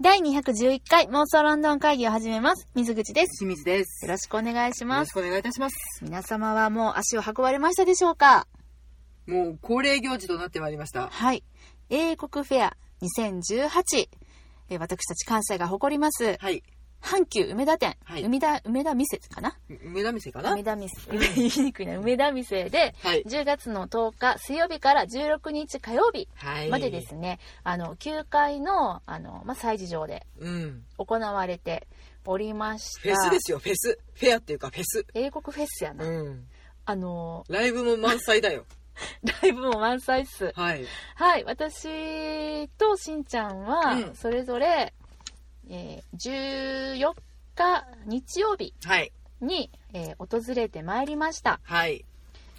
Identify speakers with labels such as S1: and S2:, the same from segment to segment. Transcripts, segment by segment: S1: 第211回妄想ロンドン会議を始めます。水口です。
S2: 清水です。
S1: よ
S2: よ
S1: ろしくお願いしま
S2: ろし
S1: す。
S2: くお願いいたします。
S1: 皆様はもう足を運ばれましたでしょうか
S2: もう恒例行事となってまいりました。
S1: はい。英国フェア2018。えー私たち関西が誇ります、
S2: はい。
S1: 阪急梅田店、
S2: はい
S1: 梅田、梅田店かな
S2: 梅田店かな
S1: 梅田 店、言いにくいな、梅田店で、
S2: はい。
S1: 10月の10日水曜日から16日火曜日
S2: はい。
S1: までです。ね、あの、9階の、あの、まあ、催事場で
S2: うん。
S1: 行われておりまし
S2: フェス
S1: た
S2: で。すよ、フェス。フェアっていうかフェス。
S1: 英国フェスやな。
S2: うん。
S1: あの、
S2: ライブも満載だよ。
S1: ライブも満載っす。
S2: はい。
S1: はい、私としんちゃん
S2: う
S1: は、
S2: ん
S1: それぞれ、えー14日日曜日
S2: はい。
S1: に、えー訪れてまいりました。
S2: はい。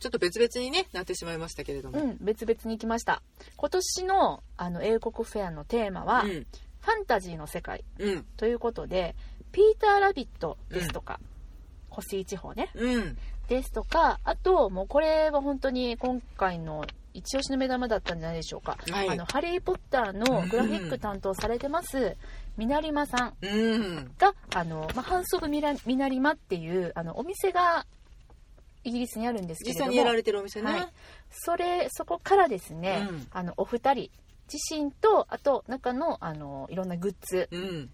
S2: ちょっと別々にね、なってしまいましたけれど
S1: う
S2: も。
S1: ん、別々に来ました。今年のあの英国フェアのテーマは、
S2: うん。
S1: ファンタジーの世界
S2: うん。
S1: ということで、ピーター・ラビットですとか、コスイ地方ね、
S2: うん。
S1: ですとか、あと、もうこれは本当に今回の一押しの目玉だったんじゃないでしょうか。
S2: はい
S1: あの、ハリー・ポッターのグラフィック担当されてます、ミナリマさん
S2: うん。
S1: が、あの、まあ、ハンソブミラミナリマっていう、あの、お店がイギリスにあるんですけ
S2: 実
S1: れど
S2: 際
S1: も、
S2: にやられてるお店
S1: は
S2: ね
S1: い。それ、そこからですね、
S2: うん
S1: あの、お二人、自身と、あと、中の、あの、いろんなグッズ、
S2: うん。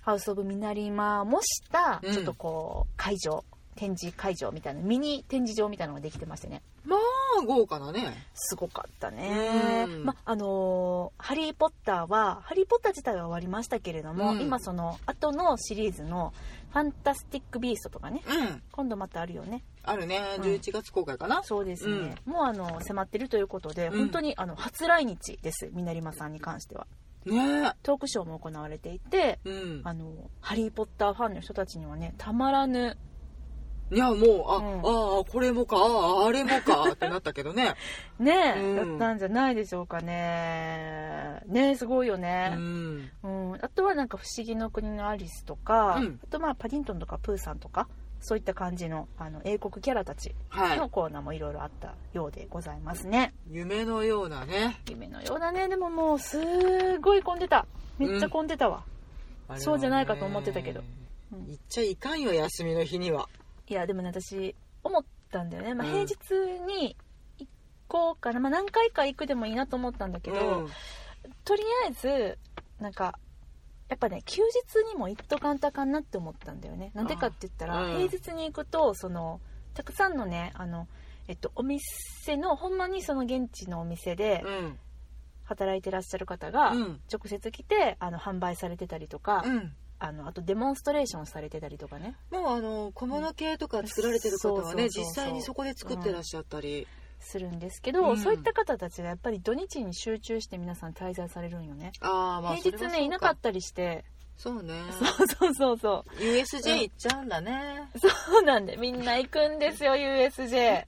S1: ハウス・オブ・ミナリマもした、
S2: うん
S1: ちょっとこう、会場、展示会場みたいな、ミニ展示場みたいなのができてましてね。
S2: まあ、豪華なね。
S1: すごかったね、
S2: うん
S1: まあのーハリー・ポッターは「ハリー・ポッター」自体は終わりましたけれども、
S2: うん
S1: 今その後のシリーズの「ファンタスティック・ビースト」とかね
S2: うん。
S1: 今度またあるよね
S2: あるね。
S1: うん
S2: 11月公開かな。
S1: そうですね、もうあの迫ってるということで、
S2: うん
S1: 本当にあの初来日ですミナリマさんに関しては
S2: ね
S1: トークショーも行われていて
S2: うん。
S1: あのハリー・ポッターファンの人たちにはねたまらぬ
S2: いや、もう、あ、
S1: うん
S2: ああ、これもか、ああ、あれもか、 ってなったけどね。
S1: ね、
S2: うん
S1: だったんじゃないでしょうかねねすごいよ
S2: う
S1: ね、
S2: ん。
S1: うん、あとはなんか「不思議の国のアリス」とか、
S2: うん
S1: あとまあパディントンとかプーさんとかそういった感じのあの英国キャラたち
S2: は
S1: のコーナーもいろいろあったようでございますね、
S2: い。夢のようなね。
S1: 夢のようだねでももうすごい混んでためっちゃ混んでたわ、
S2: あれはね
S1: そうじゃないかと思ってたけど。うん
S2: 行っちゃいかんよ、休みの日には。
S1: いやでもね私思ったんだよね、まあ、
S2: う
S1: 平
S2: ん
S1: 日に行こうかな、まあ、何回か行くでもいいなと思ったんだけど、
S2: うん
S1: とりあえずなんかやっぱね休日にも行っとかんとあかんなって思ったんだよねなんでかって言ったら、
S2: あうん
S1: 平日に行くとそのたくさんのねあの、えっと、お店のほんまにその現地のお店で
S2: うん。
S1: 働いてらっしゃる方が
S2: うん。
S1: 直接来てあの販売されてたりとか、
S2: うん。
S1: あのあとデモンストレーションされてたりとかね
S2: もうあの小物系とか作られてる方はね
S1: そうそうそうそう
S2: 実際にそこで作ってらっしゃったり、
S1: するんですけど、
S2: うん
S1: そういった方たちがやっぱり土日に集中して皆さん滞在されるんよね。
S2: ああまあ
S1: 平日ねいなかったたりして
S2: そうね
S1: そうそうそうそう
S2: USJ 行っちゃうんだね、
S1: そうなんで、みんな行くんですよ、USJ。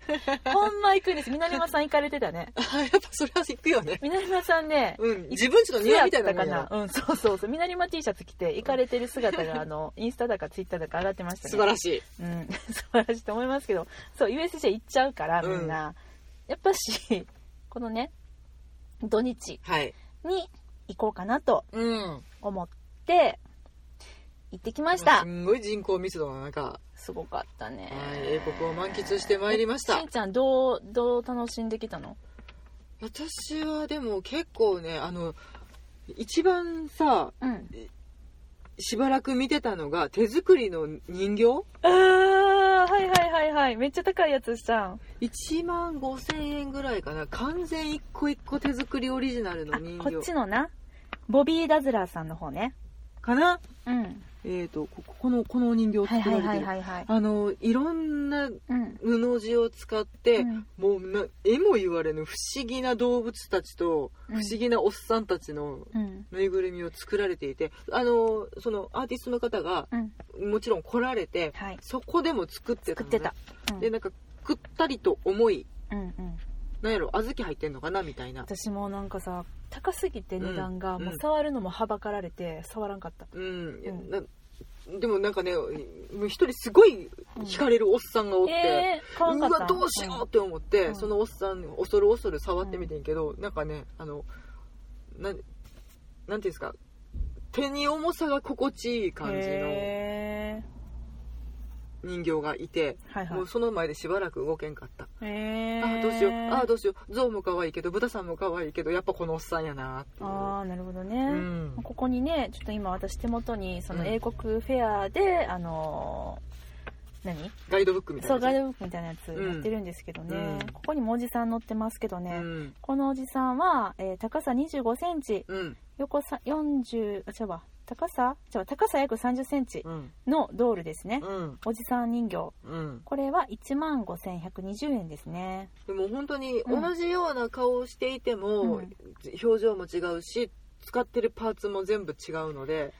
S1: ほ んま行くんです。南間さん行かれてたね。
S2: あ やっぱそれは行くよね
S1: 南間さんね、
S2: うん自分ちの庭みたいなもんや
S1: な。うん、そうそうそう。南間 T シャツ着て行かれてる姿 が、あの、インスタだかツイッターだか上がってましたね。
S2: 素晴らしい
S1: うん、 素晴らしいと思いますけど、そう、USJ 行っちゃうから、みんな。やっぱし、このね、土日
S2: はい
S1: に行こうかなと
S2: うん
S1: 思って、行ってきました
S2: す。んごい人口密度の中、
S1: すごかったね。
S2: はい、英国を満喫してまいりました
S1: しんちゃんどうどう楽しんできたの
S2: 私はでも結構ねあの一番さ
S1: うん
S2: しばらく見てたのが手作りの人形
S1: ああはいはいはいはいめっちゃ高いやつじゃん
S2: 1万5000円ぐらいかな完全一個一個手作りオリジナルの
S1: あ
S2: 人
S1: こっ
S2: 形
S1: ちのなボビー・ダズラーさんの方ね
S2: かな
S1: うん
S2: えっ、とこここのこのお人形を
S1: はい
S2: 作ら
S1: は
S2: れ
S1: い
S2: てる、
S1: はいはいはい
S2: あのいろん
S1: う
S2: な
S1: ん
S2: 布地を使って、
S1: うん
S2: もうな絵も言われぬ不思議な動物たちと
S1: う
S2: 不
S1: ん
S2: 思議なおっさんたちの
S1: うん
S2: ぬいぐるみを作られていてあのそのアーティストの方が
S1: うん
S2: もちろん来られて
S1: はい
S2: そこでも作ってた
S1: 作
S2: の
S1: っ
S2: ね
S1: てたうん
S2: でなんかくったりと重い
S1: うんうん
S2: なんやろ小豆入ってんのかなみたいな
S1: 私もなんかさ高すぎて値段が
S2: うん
S1: もううん触るのもはばかられて触らんかった
S2: うんいや
S1: うん
S2: なでもなんかねもう一人すごい惹かれるおっさんがおって、
S1: えー買わん
S2: う
S1: かった
S2: わどうしようって思って、
S1: うん
S2: そのおっさん恐る恐る触ってみてんけど、なんかねあのなんなんていうんですか手に重さが心地いい感じの
S1: へ
S2: 人形がいて、
S1: ーはいはい
S2: もうその前でしばらく動けんかった、
S1: へ
S2: あ
S1: ー
S2: あどうしようああどうしよう象も可愛いけど豚さんも可愛いけどやっぱこのおっさんやなっていう
S1: あーなるほどね、
S2: うん
S1: ここにねちょっと今私手元にその
S2: うん
S1: 英国フェアで、あのー何
S2: ガイドブックみたいな
S1: そうガイ
S2: ド
S1: ドブックみたいなやつ
S2: うん
S1: やってるんですけどね、
S2: うん
S1: ここにもおじさん載ってますけどね、
S2: うん
S1: このおじさんは、えー高さ2 5センチ
S2: うん
S1: 横さ40あ違うわ高さ違うわ高さ約3 0センチ
S2: うん
S1: のドールですね、
S2: うん
S1: おじさん人形
S2: うん
S1: これは1万5120円ですね
S2: でも本当に
S1: うん
S2: 同じような顔をしていても、
S1: うん
S2: 表情も違うし使ってるパーツも全部違うので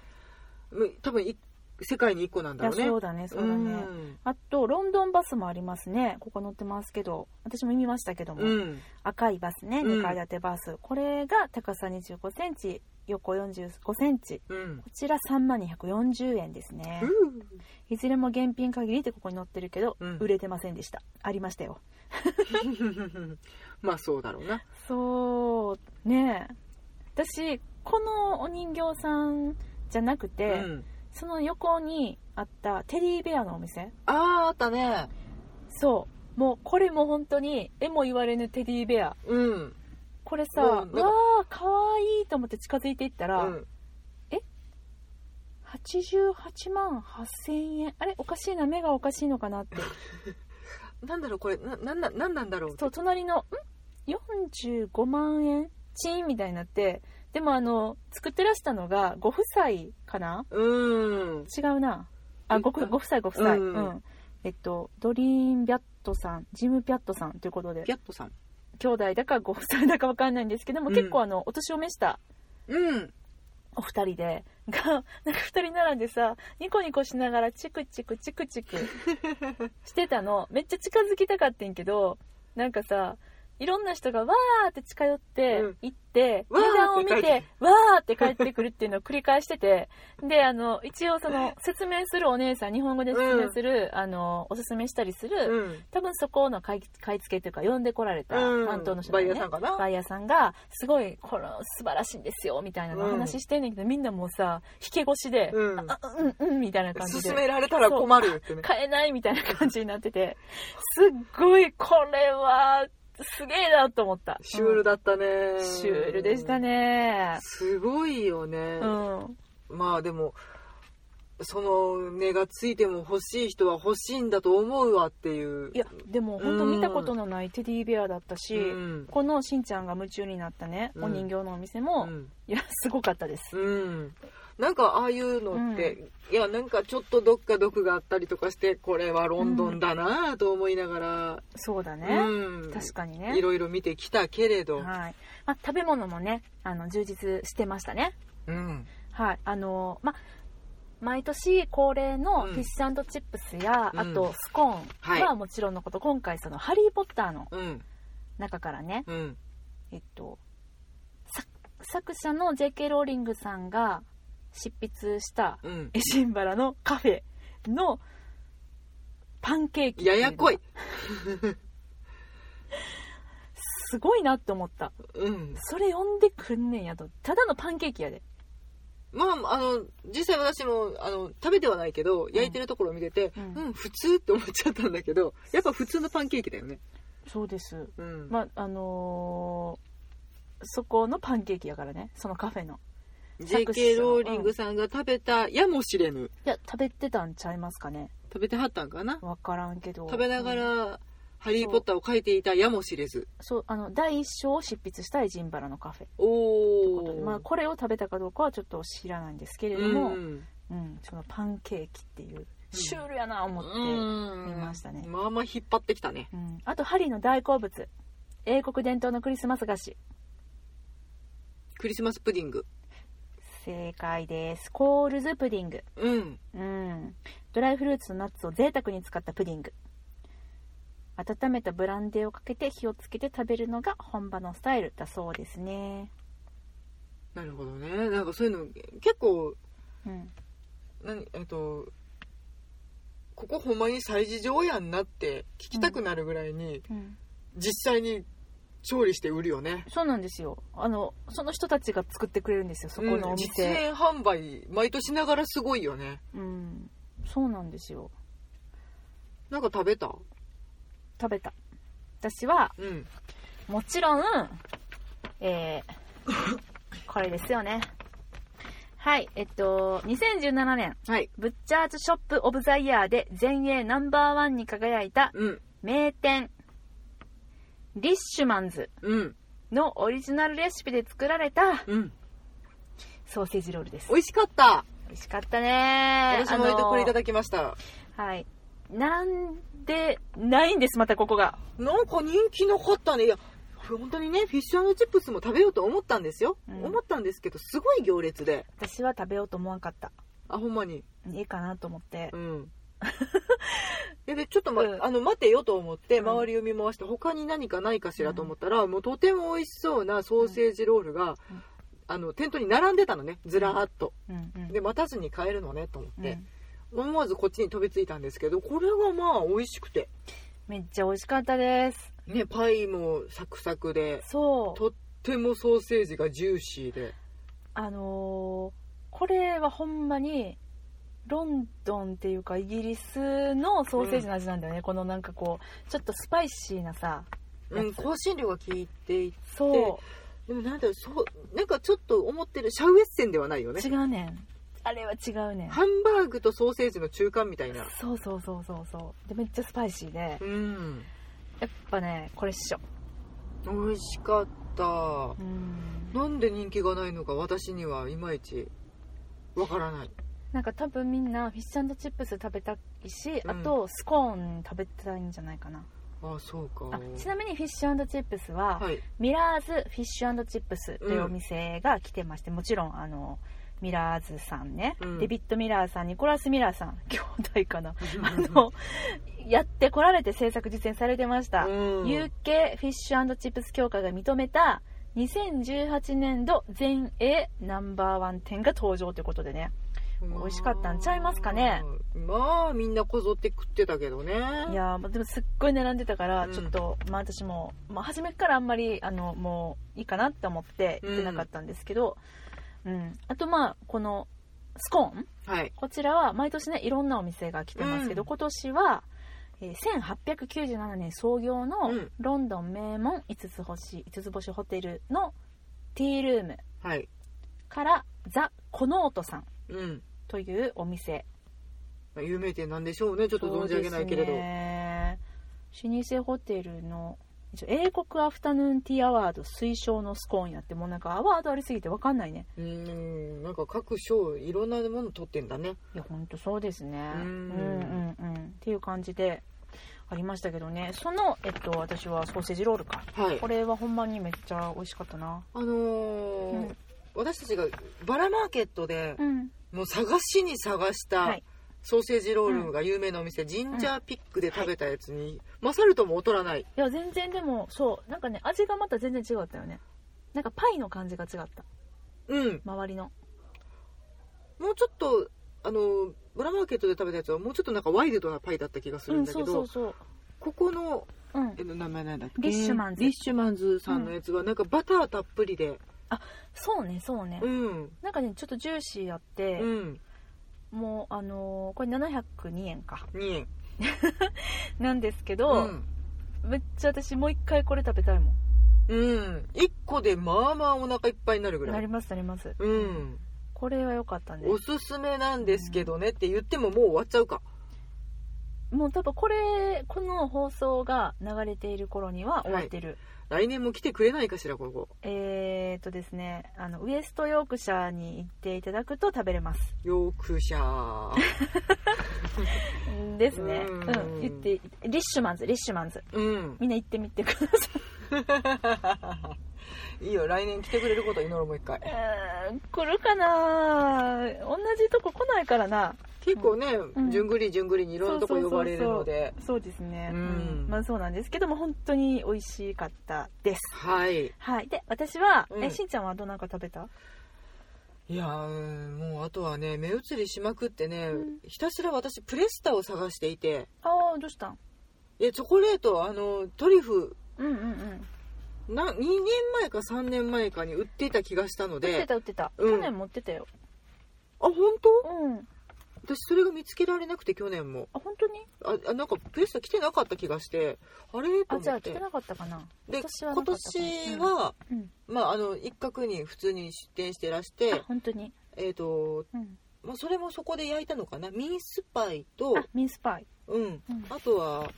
S2: む多分い世界に1個なん
S1: い
S2: だ
S1: や
S2: ろうね
S1: そうだねそうだね、あとロンドンバスもありますねここ乗ってますけど私も見ましたけども、
S2: うんうん
S1: 赤いバスね
S2: うん
S1: 2階建てバス、これが高さ2 5センチ横4 5センチ
S2: うん
S1: こちら3万240円ですね、 いずれも現品限りってここに載ってるけど、
S2: うん
S1: 売れてませんでしたありましたよ
S2: まあそうだろうな
S1: そうねえ私このお人形さんじゃなくて、
S2: うん、
S1: その横にあったテディベアのお店
S2: あああったね
S1: そうもうこれも本当に絵も言われぬテディベア
S2: うん
S1: これさ、
S2: うん
S1: わ
S2: なんか
S1: あかわいいと思って近づいていった
S2: う
S1: ら、
S2: ん
S1: 88万8000円あれおかしいな目がおかしいのかな って
S2: なんだろうこれななんななんなんだろう
S1: そう隣の「ん45万円チーン」みたいになってでもあの作ってらしたのがご夫妻かな
S2: うん
S1: 違うなあごくご夫妻ご夫妻、
S2: う
S1: うんんえっとドリーン・ビャットさんジム・ビャットさんということで
S2: ピャットさん
S1: 兄弟だかご夫妻だかわかんないんですけども、
S2: うん
S1: 結構あのお年を召した
S2: うん
S1: お二人でがなんか二人並んでさニコニコしながらチクチクチクチ クしてたのめっちゃ近づきたかってんけどなんかさいろんな人がわーって近寄って
S2: うん
S1: 行って、
S2: わーって
S1: 値段を見
S2: 帰って
S1: わーって帰ってくるっていうのを繰り返しててであの一応その説明するお姉さん日本語で説明する、あのおすすめしたりする、
S2: うん
S1: 多分そこの買い買い付けというか呼んでこられた
S2: うん
S1: 担当の人
S2: バ
S1: が
S2: イ
S1: ね、
S2: ヤーさんかな
S1: バイヤーさんがすごいこの素晴らしいんですよみたいなの
S2: うん
S1: 話してんねんけど、みんなもうさ引け腰で、
S2: うん
S1: ああうんうんみたいな感じ
S2: 勧
S1: で
S2: められたら困るってね
S1: 買えないみたいな感じになっててすっごいこれはすげえなと思った
S2: シュール
S1: だ、
S2: だったね、
S1: うんシュールでしたね
S2: すごいよね
S1: う、ん
S2: まあでもその値がついても欲しい人は欲しいんだと思うわっていう
S1: いやでも本当見たことのないテディベアだったし、
S2: うん
S1: このしんちゃんが夢中になったね、
S2: うん
S1: お人形のお店も、
S2: うん
S1: いやすごかったです、
S2: うんなんかああいうのって、いやなんかちょっとどっか毒があったりとかしてこれはロンドンだなぁと思いなが
S1: そうだ
S2: ら、
S1: ね、
S2: うん
S1: 確かにね
S2: いろいろ見てきたけれど、
S1: はいまあ、食べ物もねあの充実してましたね、
S2: うん
S1: はいあのまあ、毎年恒例の
S2: うん
S1: フィッシュチップスや、
S2: うん
S1: あとスコー
S2: はい
S1: ンはもちろんのこと、今回その「ハリー・ポッター」の
S2: うん
S1: 中からね、
S2: うん
S1: えっと、さ作者の J.K. ローリングさんが執筆した
S2: うん
S1: エジンバラのカフェのパンケーキってうの
S2: や
S1: が
S2: やこい、
S1: すごいなって思った
S2: うん、
S1: それ呼んでくんねんやとただのパンケーキやで
S2: まあ、あの、実際私も、あの、食べてはないけど、焼いてるところを見てて、う、
S1: うんん
S2: 普通って思っちゃったんだけど、やっぱ普通のパンケーキだよね。
S1: そうです
S2: うん。
S1: まああのーそこのパンケーキやからねそのカフェの
S2: JK ローリングさんが食べたやもしれぬ。
S1: いや食べてたんちゃいますかね
S2: 食べてはったんかな
S1: 分からんけど
S2: 食べなが
S1: うん
S2: ら、ハリー・ポッターを書いていたやもしれず。
S1: そうあの第一章を執筆したエジンバラのカフェ
S2: お
S1: ことで
S2: ー。
S1: まあ、これを食べたかどうかはちょっと知らないんですけれど
S2: う
S1: も、うん
S2: ん。
S1: そのパンケーキっていうシュールやな思って、
S2: う
S1: 見
S2: ん
S1: ましたね
S2: まあまあ引っ張ってきたね。
S1: うんあとハリーの大好物英国伝統のクリスマス菓子
S2: クリスマスプディング。
S1: 正解ですコールズプディング
S2: うん。
S1: うん、ドライフルーツとナッツを贅沢に使ったプディング温めたブランデーをかけて火をつけて食べるのが本場のスタイルだそうですね、
S2: なるほどね。なんかそういうの、結構、
S1: うん、
S2: 何えっとここほんまに催事場やんなって聞きたくなるぐらいに、
S1: うん
S2: 実際に調理して売るよね
S1: そうなんですよあのその人たちが作ってくれるんですよそこのお
S2: 実
S1: 店、
S2: 演販売毎年ながらすごいよね
S1: うんそうなんですよ
S2: なんか食べた
S1: 食べた私は
S2: うん
S1: もちろんえ ーこれですよねはいえっと2017年
S2: はい
S1: ブッチャーズショップオブザイヤーで全英ナンバーワンに輝いた
S2: うん
S1: 名店リッシュマンズ
S2: うん
S1: のオリジナルレシピで作られた
S2: うん
S1: ソーセージロールです
S2: 美味しかった
S1: 美味しかったね
S2: 私もこれいた
S1: だ
S2: だきました
S1: はいなんでないんですまたここが
S2: なんか人気なかったねいや本当にねフィッシュチップスも食べようと思ったんですよ、
S1: うん
S2: 思ったんですけどすごい行列で
S1: 私は食べようと思わんかった
S2: あほんまに
S1: いいかなと思って
S2: うん いやでちょっと、ま
S1: うん
S2: あの待てよと思って
S1: うん
S2: 周りを見回して他に何かないかしらと思ったら、もうとても美味しそうなソーセージロールが、
S1: うん
S2: あの店頭に並んでたのねずらーっと、
S1: うんうん
S2: で待たずに買えるのねと思っ
S1: うん
S2: て、思わずこっちに飛びついたんですけどこれがまあ美味しくて
S1: めっちゃ美味しかったです
S2: ねパイもサクサクで
S1: そう
S2: とってもソーセージがジューシーで
S1: あのーこれはほんまにロンドンっていうかイギリスのソーセージの味なんだよね、このなんかこうちょっとスパイシーなさ
S2: うん香辛料が効いていて
S1: そ
S2: でもなんだろうそうなんかちょっと思ってるシャウエッセンではないよ
S1: う、
S2: ね
S1: 違うねんあれは違うねん
S2: ハンバーグとソーセージの中間みたいな
S1: そうそうそうそうそうでめっちゃスパイシーで
S2: うん
S1: やっぱねこれっしょ
S2: 美味しかった
S1: うん
S2: なんで人気がないのか私にはいまいちわからない
S1: なんか多分みんなフィッシュチップス食べたいし、
S2: うん
S1: あとスコーン食べたいんじゃないかな
S2: あそうか
S1: あちなみにフィッシュチップスは、
S2: はい
S1: ミラーズフィッシュチップスというお店が来てまして、もちろんあのミラーズさんね、
S2: うん
S1: デビッド・ミラーさんニコラス・ミラーさん兄弟かなあ のやってこられて制作実践されてました、
S2: うん
S1: UK フィッシュチップス協会が認めた2018年度全英ナンバーワン店が登場ということでね美味しかったんちゃいますかね
S2: まあみんなこぞって食ってたけどね
S1: いやーまあでもすっごい並んでたから、
S2: うん
S1: ちょっと、まあ、私も、まあ、初めからあんまりあのもういいかなって思って行ってなかったんですけど、うんあとまあこのスコーン
S2: はい
S1: こちらは毎年ねいろんなお店が来てますけど、
S2: うん
S1: 今年は、えー1897年創業の
S2: うん
S1: ロンドン名門5つ星5つ星ホテルのティールーム
S2: はい
S1: からザ・コノートさん
S2: うん
S1: というお店
S2: まあ有名店なんでしょうねちょっと存じ上げないけれど
S1: そうですね老舗ホテルの一応英国アフタヌーンティーアワード推奨のスコーンやってもうなんかアワードありすぎて分かんないね
S2: うーんなんか各賞いろんなもの取ってんだね
S1: いやほんとそうですね
S2: う
S1: う
S2: ん
S1: んうんうんっていう感じでありましたけどねそのえっと私はソーセージロールか
S2: はい
S1: これはほんまにめっちゃ美味しかったな
S2: あのー
S1: うん
S2: 私たちがバラマーケットで
S1: うん
S2: もう探しに探した
S1: はい
S2: ソーセージロールが有名なお店、ジンジャーピックで食べたやつに勝るとも劣らない
S1: いや全然でもそうなんかね味がまた全然違ったよねなんかパイの感じが違った
S2: うん
S1: 周りの
S2: もうちょっとあのーバラマーケットで食べたやつはもうちょっとなんかワイルドなパイだった気がす
S1: う
S2: るん
S1: ん
S2: だけ
S1: そ
S2: ど、
S1: うそうそう
S2: ここの
S1: うん
S2: えっと名前なんだっけ
S1: リッシュマンズ
S2: リッシュマンズさんのやつはなんかバターたっぷりで
S1: そうねそうね
S2: うん
S1: なんかねちょっとジューシーやって、
S2: うん
S1: もうあのーこれ702円か
S2: 2円
S1: なんですけど、
S2: ん
S1: めっちゃ私もう一回これ食べたいもん
S2: うん、1個でまあまあお腹いっぱいになるぐら
S1: ないりますなります、
S2: うん
S1: これは良かったね
S2: おすすめなんですけどねって言ってももう終わっちゃうか
S1: もう多分これこの放送が流れている頃には終わってる、
S2: 来年も来てくれないかしらここ
S1: えーっとですねあのウエストヨークシャーに行っていただくと食べれます
S2: よくしゃ ー
S1: ですね
S2: う
S1: うんん、言ってリッシュマンズリッシュマンズ
S2: うん
S1: みんな行ってみてくだ さい
S2: いいよ来年来てくれることを祈るもう一回
S1: うーん来るかな同じとこ来ないからな
S2: 結構ね、
S1: ん
S2: じゅんぐりじゅんぐりにいろんなとこ呼ばれるので
S1: そうですね、
S2: うん
S1: まあそうなんですけども本当に美味しかったです
S2: はい
S1: はいで私は、
S2: うん
S1: えしんちゃんはどんなんか食べた
S2: いやーもうあとはね目移りしまくってね、
S1: うん
S2: ひたすら私プレスタを探していて
S1: ああどうしたん
S2: いやチョコレートあのトリュフ
S1: うんうんうん
S2: な2年前か3年前かに売っていた気がしたの
S1: 売って
S2: で
S1: た売ってた、
S2: うん
S1: 去年持ってたよ
S2: あ本当
S1: うん
S2: 私それが見つけられなくて去年も
S1: あ本当に
S2: ああなんかプレスト来てなかった気がしてあれと
S1: あじゃ
S2: 思
S1: あ
S2: っ
S1: 来て
S2: て
S1: なかったかな
S2: で
S1: 私はな
S2: 今
S1: かったかな
S2: 年は、
S1: うん、
S2: まあ、あの一角に普通に出店してらし
S1: あ
S2: て、
S1: 本当に、
S2: えーと
S1: うん、
S2: まあ、それもそこで焼いたのかなミンスパイと
S1: あ、ミンスパイ、
S2: うん、
S1: うん
S2: あとは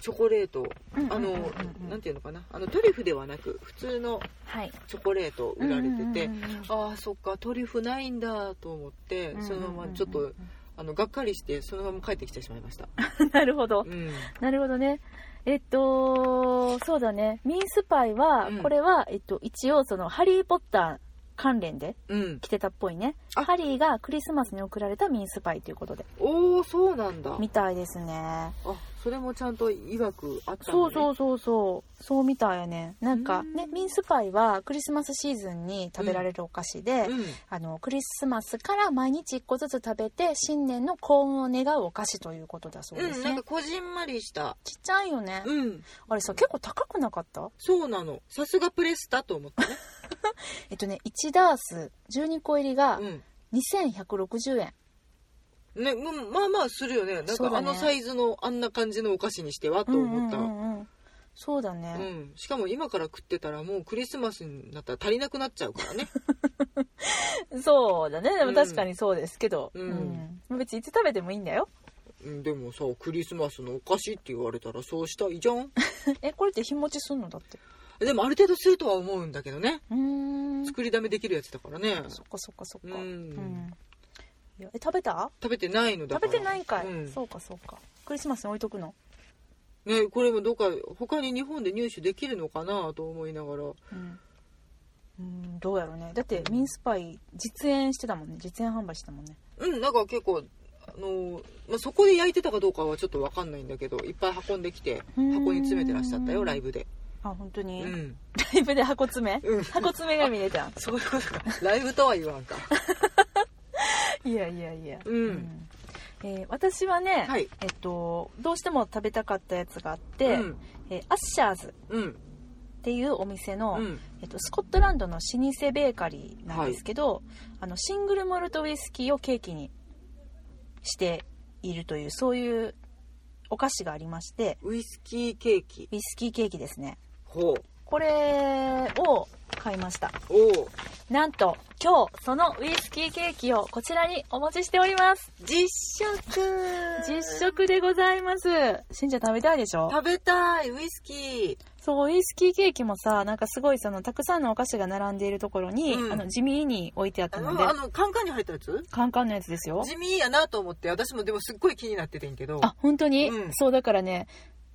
S2: チョコレート
S1: うん
S2: あの、
S1: うんうんう
S2: なん
S1: ん
S2: ていうのかなあのトリュフではなく普通の
S1: はい
S2: チョコレート売られてて、
S1: うんうんうんうん
S2: ああそっかトリュフないんだと思って、そのままちょっ
S1: うんう
S2: と
S1: んう
S2: あのがっかりしてそのまま帰ってきてしまいました、
S1: んうんなるほど
S2: うん、
S1: なるほどねえっとそうだねミンスパイは、
S2: うん
S1: これは、えっと、一応その「ハリー・ポッター」関連で
S2: うん、
S1: 着てたっぽいね
S2: あ
S1: ハリーがクリスマスに贈られたミンスパイということで
S2: おおそうなんだ
S1: みたいですね
S2: あそれもちゃんといわくあった
S1: そう
S2: う
S1: そうそうそうそうみたいやねなんか
S2: うん
S1: ねミンスパイはクリスマスシーズンに食べられるお菓子で、
S2: うん
S1: あのクリスマスから毎日1個ずつ食べて新年の幸運を願うお菓子ということだそう
S2: う
S1: で
S2: ん、
S1: す
S2: な
S1: ね、
S2: んかこじんまりした
S1: ちっちゃいよね、
S2: うん
S1: あれさ結構高くなかった
S2: そうなのさすがプレスだと思ったね、
S1: えっとね1ダース12個入りが2160円、
S2: うんねうんまあまあするよねなん
S1: そう
S2: か
S1: だ
S2: あ
S1: ね
S2: のサイズのあんな感じのお菓子にしてはと
S1: うんうん
S2: 思
S1: う
S2: った、
S1: んうんそうだ
S2: う
S1: ね、
S2: ん、しかも今から食ってたらもうクリスマスになったら足りなくなっちゃうからね
S1: そうだねで
S2: う
S1: も
S2: ん
S1: 確かにそうですけど、
S2: うん
S1: うん別にいつ食べてもいいんだよ
S2: うんでもさクリスマスのお菓子って言われたらそうしたいじゃん
S1: えこれって日持ちすんのだって
S2: でもある程度するとは思うんだけどね
S1: うーん
S2: 作りだめできるやつだからね
S1: そっかそっかそっ
S2: うん
S1: か、うんいやえ食べた
S2: 食べてないのだ
S1: 食
S2: か
S1: べ
S2: ら
S1: てないんかい、
S2: うん
S1: そうかそうかクリスマスに置いとくの
S2: ね、これもどっか他に日本で入手できるのかなと思いながら
S1: うん、うん、どうやろうねだってミンスパイ実演してたもんね実演販売してたもんね
S2: うんなんか結構あの、まあ、そこで焼いてたかどうかはちょっと分かんないんだけどいっぱい運んできて
S1: うん
S2: 箱に詰めてらっしゃったよライブで
S1: あ本当
S2: う
S1: に、
S2: ん、
S1: ライブで箱詰め
S2: うん、
S1: 箱詰めが見れたん
S2: そういうことかライブとは言 わんか
S1: いやいやいや、
S2: うん
S1: えー私はね、
S2: はい
S1: えっとどうしても食べたかったやつがあって、
S2: うん
S1: えーアッシャーズ
S2: うん
S1: っていうお店の、
S2: うん
S1: えっと、スコットランドの老舗ベーカリーなんですけど、あのシングルモルトウイスキーをケーキにしているというそういうお菓子がありまして
S2: ウイスキーケーキ
S1: ウイスキーケーキですね
S2: ほう
S1: これを買いました
S2: おう
S1: なんと今日そのウイスキーケーキをこちらにお持ちしております
S2: 実食
S1: 実食でございますしんちゃん食べたいでしょ
S2: 食べたいウイスキ
S1: そうウイスキーケーキもさなんかすごいそのたくさんのお菓子が並んでいるところに、
S2: うん
S1: あの地味に置いてあっ
S2: ーあ
S1: たので
S2: のあのカンカンに入ったやつ
S1: カンカンのやつですよ
S2: 地味やなと思って私もでもすっごい気になっててんけど
S1: あ本当に、
S2: うん
S1: そうだからね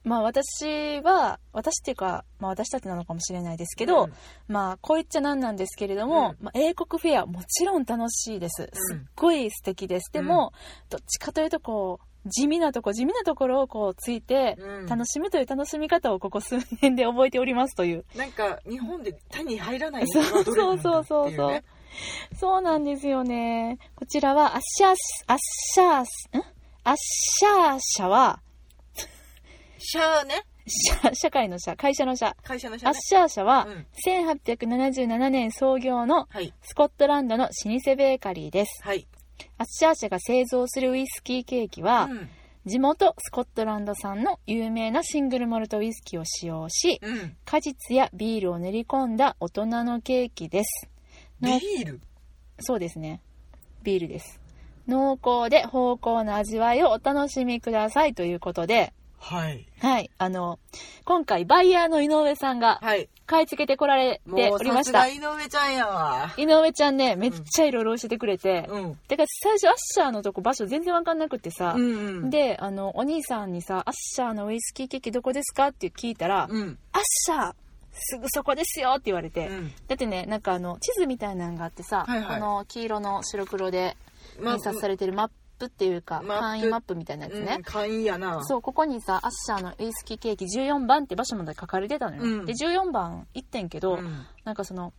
S1: まあ私は私っていうか、まあ、私たちなのかもしれないですけど、
S2: うん
S1: まあこう言っちゃなんなんですけれども、まあ、英国フェアもちろん楽しいですすっごい素敵です、でもどっちかというとこう地味なとこ地味なところをこうついて
S2: うん
S1: 楽しむという楽しみ方をここ数年で覚えておりますという
S2: なんか日本で手に入らない
S1: そう
S2: ものはどれなんだ
S1: そうそう
S2: っていね
S1: そうなんですよねこちらはアッシャースアッシャースんアッシャー社は
S2: シャーね
S1: 社社会の社会社の社
S2: 会社の社
S1: アッ
S2: ね
S1: シャー社は
S2: うん
S1: 1877年創業の
S2: はい
S1: スコットランドの老舗ベーカリーです。
S2: はい、
S1: アッシャー社が製造するウイスキーケーキは、
S2: うん
S1: 地元スコットランド産の有名なシングルモルトウイスキーを使用し、
S2: うん、
S1: 果実やビールを練り込んだ大人のケーキです。
S2: ビ
S1: の
S2: ール
S1: そうですね。ビールです。濃厚で芳香な味わいをお楽しみくださいということで、
S2: はい
S1: はい、あの、今回バイヤーの井上さんが
S2: はい
S1: 買い付けてこられて
S2: も
S1: お
S2: う
S1: りま
S2: さ
S1: し
S2: す
S1: た
S2: が。井上ちゃんやわ
S1: 井上ちゃんねめっちゃいろいろ教えてくれて、
S2: うん
S1: だから最初アッシャーのとこ場所全然わかんなくってさ
S2: う、ん
S1: であのお兄さんにさ「アッシャーのウイスキーケーキどこですか?」って聞いたら「
S2: うん
S1: アッシャーすぐそこですよ」って言われて、
S2: うん
S1: だってねなんかあの地図みたいなのがあってさ、
S2: はいはい
S1: この黄色の白黒で
S2: まあ
S1: 印刷されてるマップっていうか、
S2: マップ
S1: 簡易マップみたいなやつ
S2: う
S1: ね
S2: ん、、簡易やな
S1: そうここにさ「アッシャーのウイスキーケーキ14番」って場所まで書かれてたのよ、
S2: うん
S1: で14番行ってんけど、
S2: ん
S1: なんかその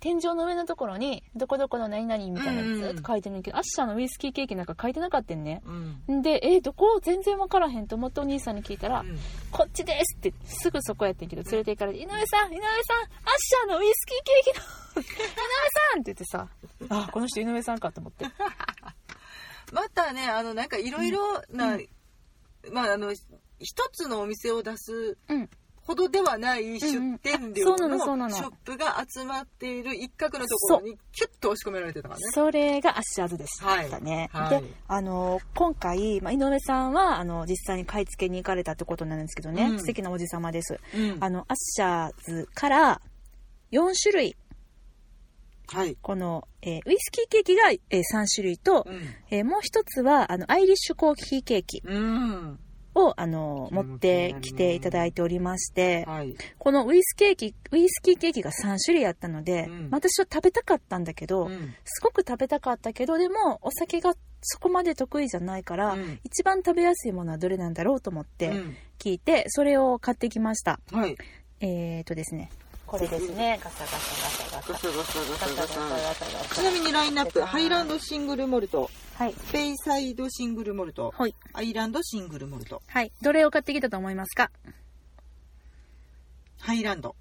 S1: 天井の上のところに「どこどこの何々」みたいな
S2: うんう
S1: のず
S2: ん
S1: っと書いてるんだけど、アッシャーのウイスキーケーキなんか書いてなかったんね
S2: うん
S1: でえどこ全然分からへんと思ってお兄さんに聞いたら「
S2: うん
S1: こっちです」ってすぐそこやってんけど連れて行かれて「井上さん井上さんアッシャーのウイスキーケーキの 井上さん!」って言ってさ「あこの人井上さんか」と思って
S2: またねあのなんかいろいろな、まああの一つのお店を出す
S1: うん
S2: ほどではない出店
S1: うん
S2: 料
S1: うんそうなのそうな
S2: の
S1: の
S2: ショップが集まっている一角のところにキュッと押し込められてたからね。
S1: それがアッシャーズでしたね。
S2: はいはい
S1: で、あの、今回、まあ、井上さんは、あの、実際に買い付けに行かれたってことなんですけどね、
S2: うん
S1: 素敵なおじさまです。
S2: うん
S1: あの、アッシャーズから4種類、
S2: はい。
S1: この、えーウイスキーケーキが、え3種類と、
S2: う
S1: えーもう一つは、あの、アイリッシュコーヒーケーキ
S2: ん。
S1: を、あの、
S2: 気持ちいいね
S1: 持ってきていただいておりまして、
S2: はい。
S1: このウイスケーキ、ウイスキーケーキが3種類あったので、
S2: うん
S1: まあ私は食べたかったんだけど、
S2: うん
S1: すごく食べたかったけどでもお酒がそこまで得意じゃないから、
S2: うん
S1: 一番食べやすいものはどれなんだろうと思っ
S2: う
S1: て
S2: ん
S1: 聞いて、それを買ってきました
S2: はい。
S1: えー、とですねこれですねガサガサガサ
S2: ガ
S1: ガサ
S2: サガサガ
S1: ガ
S2: サ
S1: サ
S2: ガ
S1: ガ
S2: サ
S1: サガサガサ
S2: ちなみにラインナップ、ハイランドシングルモルト、
S1: はい
S2: ベイサイドシングルモルト、
S1: はい、
S2: アイランドシングルモルト、
S1: はい、どれを買ってきたと思いますか
S2: ハイランド。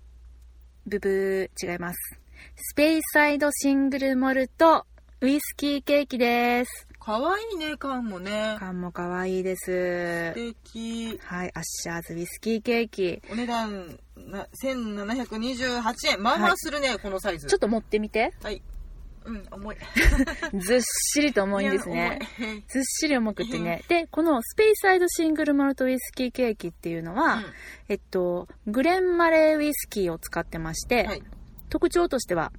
S1: ブブー違いますスペイサイドシングルモルトウイスキーケーキです
S2: かわいいね、缶もね。
S1: 缶も可愛いです
S2: 素敵。
S1: はいアッシャーズウイスキーケーキ
S2: お値段な1728円。まあまあするね、このサイズ。
S1: ちょっと持ってみて
S2: はい。うん、重い。
S1: ずっしりと重いんですね
S2: いや。重い
S1: ずっしり重くてね。で、このスペイサイドシングルモルトウイスキーケーキっていうのは、
S2: うん
S1: えっと、グレンマレーウイスキーを使ってまして、
S2: はい。
S1: 特徴としては、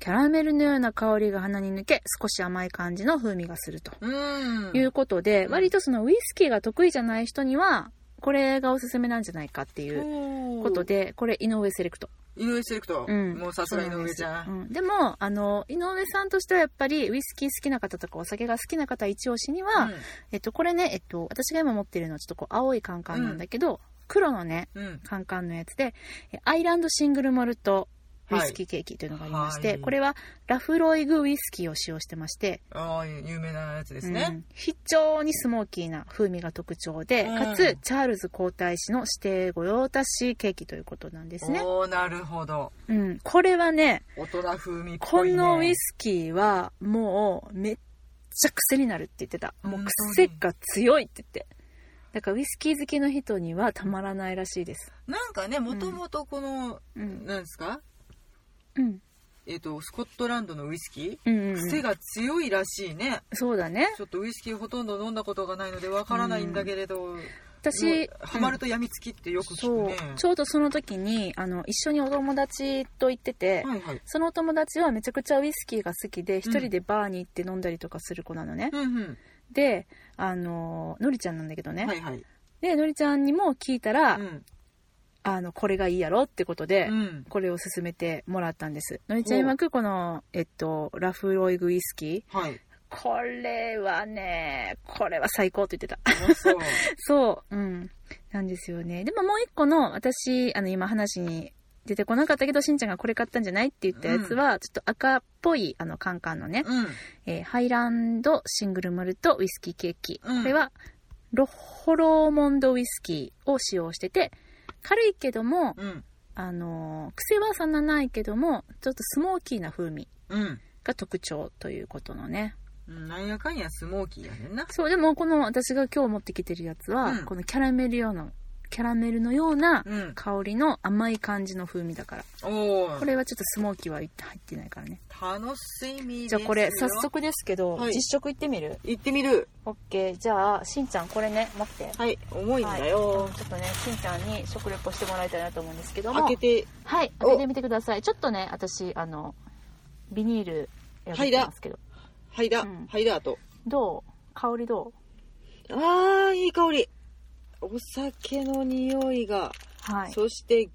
S1: キャラメルのような香りが鼻に抜け、少し甘い感じの風味がすると
S2: うん。
S1: いうことで、
S2: うん
S1: 割とそのウイスキーが得意じゃない人には、これがおすすめなんじゃないかっていう
S2: こ
S1: こと。で、これ井上セレクト。
S2: 井上セレクト。
S1: うん
S2: もうさすが井上じゃ。
S1: うんん、でもあの井上さんとしてはやっぱりウイスキー好きな方とかお酒が好きな方一押しには、えっと、これね、えっと、私が今持ってるのはちょっとこう青いカンカンなんだけど、黒のね
S2: うん。うん。
S1: カンカンのやつでえアイランドシングルモルトウイスキーケーキというのがありまして、
S2: はい
S1: これはラフロイグウイスキーを使用してまして、
S2: ああ、有名なやつです
S1: う
S2: ね。
S1: ん非常にスモーキーな風味が特徴で、
S2: うん
S1: かつチャールズ皇太子の指定御用達ケーキということなんですね、
S2: おおなるほど。
S1: うん、これはね
S2: 大人風味っ
S1: こ
S2: ぽいね。
S1: のウイスキーはもうめっちゃ癖になるって言ってたもう
S2: 本当
S1: 癖
S2: に
S1: が強いって言ってだからウイスキー好きの人にはたまらないらしいです
S2: なんかね、もともとこの、
S1: うん
S2: なんですか
S1: うん
S2: えっ、と、スコットランドのウイスキ
S1: うんうんうん
S2: ー癖が強いらしいね。
S1: そうだね
S2: ちょっとウイスキーほとんど飲んだことがないのでわからないんだけれど、
S1: 私
S2: もうハマるとやみつきってよく
S1: うん
S2: 聞
S1: そ
S2: く
S1: う
S2: ね。
S1: ちょうどその時にあの一緒にお友達と行ってて、
S2: はいはい。
S1: そのお友達はめちゃくちゃウイスキーが好きで一人でバーに行って飲んだりとかする子なのね、
S2: うんうん。
S1: であののりちゃんなんだけどね、
S2: はいはい。
S1: でのりちゃんにも聞いたら、
S2: うん。
S1: あのこれがいいやろってことで、
S2: うん。
S1: これを勧めてもらったんです。のりちゃん
S2: ほう
S1: 曰くこの、えっと、ラフロイグウイスキー。
S2: はい。
S1: これはね、これは最高って言ってた。
S2: あそう。
S1: そう、うん。なんですよね。でももう一個の、私、あの、今話に出てこなかったけど、しんちゃんがこれ買ったんじゃないって言ったやつは、ちょっと赤っぽい、あの、カンカンのね、
S2: うん。
S1: えーハイランドシングルモルトウイスキーケーキ。
S2: うん
S1: これは、ロッホローモンドウイスキーを使用してて、軽いけども、
S2: うん。
S1: あのー癖はさなないけどもちょっとスモーキーな風味
S2: うん。
S1: が特徴ということのね
S2: うんなんやかんやスモーキーやねんな。
S1: そうでもこの私が今日持ってきてるやつは、
S2: うん
S1: このキャラメルようなキャラメルのような
S2: うん。
S1: 香りの甘い感じの風味だから
S2: おお。
S1: これはちょっとスモーキーは入ってないからね
S2: 楽しみです
S1: じゃ
S2: よ
S1: あこれ早。速ですけど、
S2: はい
S1: 実食いってみる
S2: 行ってみる。
S1: OK じゃあしんちゃんこれね持って
S2: はい。重いんだよ
S1: はい。ちょっとねしんちゃんに食レポしてもらいたいなと思うんですけども
S2: 開けて。
S1: はい、
S2: お
S1: 開けてみてください。ちょっとね、私、あの、ビニール破ってますけど、
S2: はいだ
S1: うん。
S2: はいだと。
S1: どう香りどう
S2: ああ、いい香り。お酒の匂いが。
S1: はい。
S2: そして、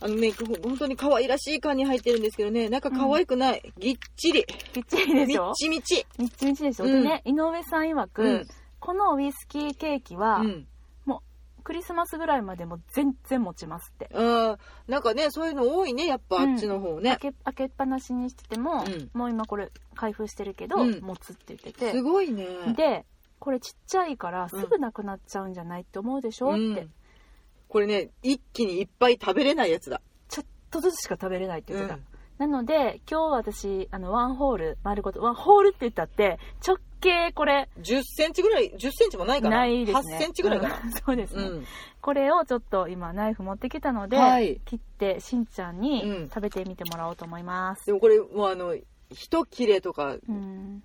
S2: あのね、ほ本当に可愛らしい缶に入ってるんですけどね、中可愛くない。ぎっちり。
S1: びっちりで
S2: み
S1: し
S2: っ
S1: ょ
S2: ちみち。
S1: みっちみちでしょ、
S2: うん
S1: でね、井上さん曰く、
S2: うん
S1: このウイスキーケーキは、
S2: うん。
S1: もうクリスマスぐらいまでも全然持ちますって
S2: あーなんかねそういうの多いねやっぱあっちの方ね、
S1: 開け開けっぱなしにしてても、
S2: うん
S1: もう今これ開封してるけど、
S2: うん
S1: 持つって言ってて
S2: すごいね
S1: でこれちっちゃいからすぐなくなっちゃうんじゃないって思うでしょ、
S2: うん
S1: って
S2: これね一気にいっぱい食べれないやつだ、
S1: ちょっとずつしか食べれないって言ってた、
S2: うん
S1: なので今日私あのワンホール丸ごとワンホールって言ったって直径これ
S2: 10センチぐらい10センチもないかな
S1: ないですね
S2: 8センチぐらいかな、
S1: うん そうです
S2: う
S1: ね、
S2: ん
S1: これをちょっと今ナイフ持ってきたので、
S2: はい
S1: 切ってしんちゃん
S2: う
S1: に
S2: ん
S1: 食べてみてもらおうと思います
S2: でもこれもうあの一切れとか
S1: うん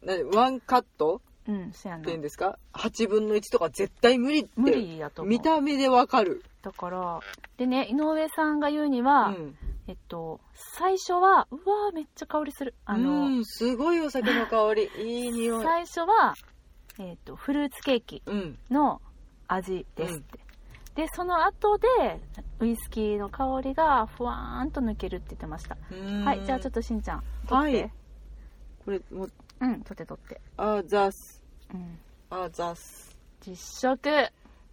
S2: なワンカット
S1: うんそや
S2: っ
S1: な
S2: ていうんですか8分の1とか絶対無理って
S1: 無理やと思う
S2: 見た目でわかる、
S1: だからでね井上さんが言うに
S2: う
S1: は、
S2: ん、
S1: えっと最初はうわーめっちゃ香りするあの、
S2: うんすごいお酒の香りいい匂い、
S1: 最初は、えっとフルーツケーキ
S2: うん、
S1: の味ですって、でその後でウイスキーの香りがふわーんと抜けるって言ってました、はいじゃあちょっ
S2: と
S1: としんちゃん取って、
S2: はいこれもう
S1: うん取って取って、
S2: あざっす
S1: うん、
S2: あざっす
S1: 実食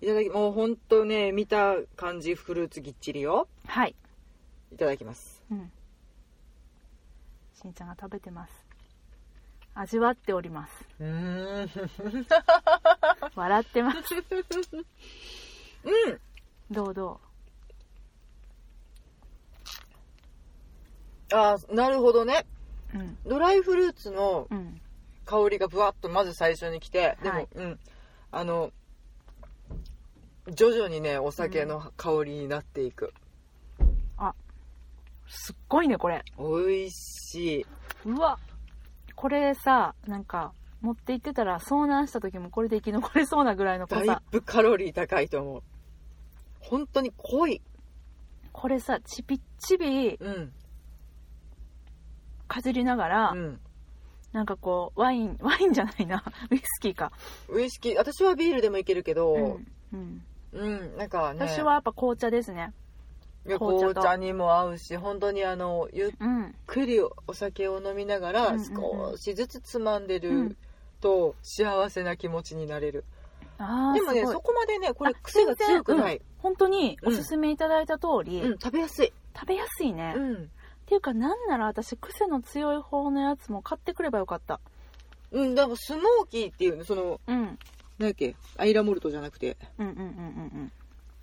S2: いただきもう本当ね見た感じフルーツぎっちりよ
S1: はい、
S2: いただきます
S1: うん、しんちゃんが食べてます味わっております
S2: うーん
S1: 笑って ます
S2: うん
S1: どうど
S2: あーなるほどね
S1: ううん
S2: ドライフルーツの
S1: うん
S2: 香りがぶわっとまず最初に来てでも、
S1: はい
S2: うんあの徐々にねお酒の香りになっていく、
S1: すっごいねこれ
S2: 美味しいう
S1: わこれさなんか持って行ってたら遭難した時もこれで生き残れそうなぐらいのこ
S2: だ
S1: れ
S2: い
S1: さ
S2: ぶカロリー高いと思う本当に濃い
S1: これさちびっちび
S2: うん
S1: かじりながら、
S2: うん
S1: なんかこうワイン ワインじゃないなウイスキーか、
S2: ウイスキー私はビールでもいけるけど
S1: う
S2: うん
S1: んうん、
S2: なんかね
S1: 私はやっぱ紅茶ですね
S2: いや
S1: 紅茶と
S2: 紅茶にも合うし本当にあのゆっ
S1: うん
S2: くりお酒を飲みなが
S1: う
S2: ら
S1: んうんうん
S2: 少しずつつまんで
S1: うん
S2: ると幸せな気持ちになれる、
S1: あー
S2: でもね
S1: すごい
S2: そこまでねこれ
S1: あ
S2: 癖が強く
S1: 全然
S2: ない、
S1: 本当におすすめいただいた通り、
S2: うん、食べやすい。
S1: 食べやすいね、っ
S2: ん。
S1: ていうかなんなら私癖の強い方のやつも買ってくればよかった
S2: うん、でもスモーキーっていうの、その、
S1: うん
S2: なんだっけ、アイラモルトじゃなくて、
S1: うんうんうんうんうん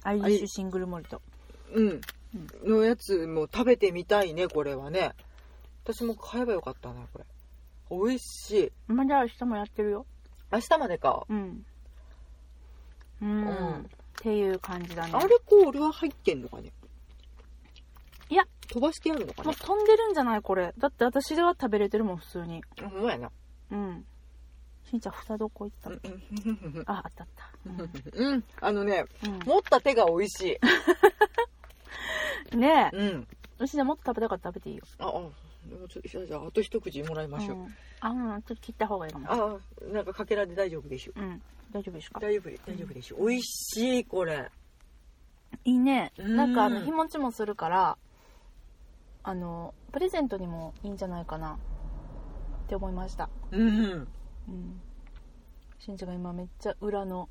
S1: アイリッシュシングルモルト
S2: うん、のやつも食べてみたいね、これはね。私も買えばよかったな、これ。美味しい。
S1: まだ明日もやってるよ
S2: 明日までか。
S1: うんうん、
S2: うん
S1: っていう感じだね
S2: アルコールは入ってんのかね
S1: いや、
S2: 飛ばしてあるのか
S1: もう
S2: ね
S1: 飛んでるんじゃないこれだって私では食べれてるもん普通に
S2: ほんまやな。
S1: うんしんちゃん蓋どこ行った
S2: う
S1: の
S2: んうん
S1: ああったあった
S2: うん、あのね、
S1: うん、う
S2: 持った手が美味しい。
S1: ん、ねえ
S2: うん。
S1: うちでもっと食べたかったら食べていいよ、
S2: あ、あ、でもちょっと、じゃあ、あと一口もらいましょ
S1: う
S2: う。
S1: ん、あうんちょっと切った方がいいかも
S2: あ、なんかかけらで大丈夫でしょ。
S1: うん大丈夫ですか
S2: 大丈夫で大丈夫でしょ美味しいこれ
S1: いいね
S2: うん
S1: なんかあの日持ちもするからあのプレゼントにもいいんじゃないかなって思いました
S2: うん
S1: うんしんちゃんが今めっちゃ裏の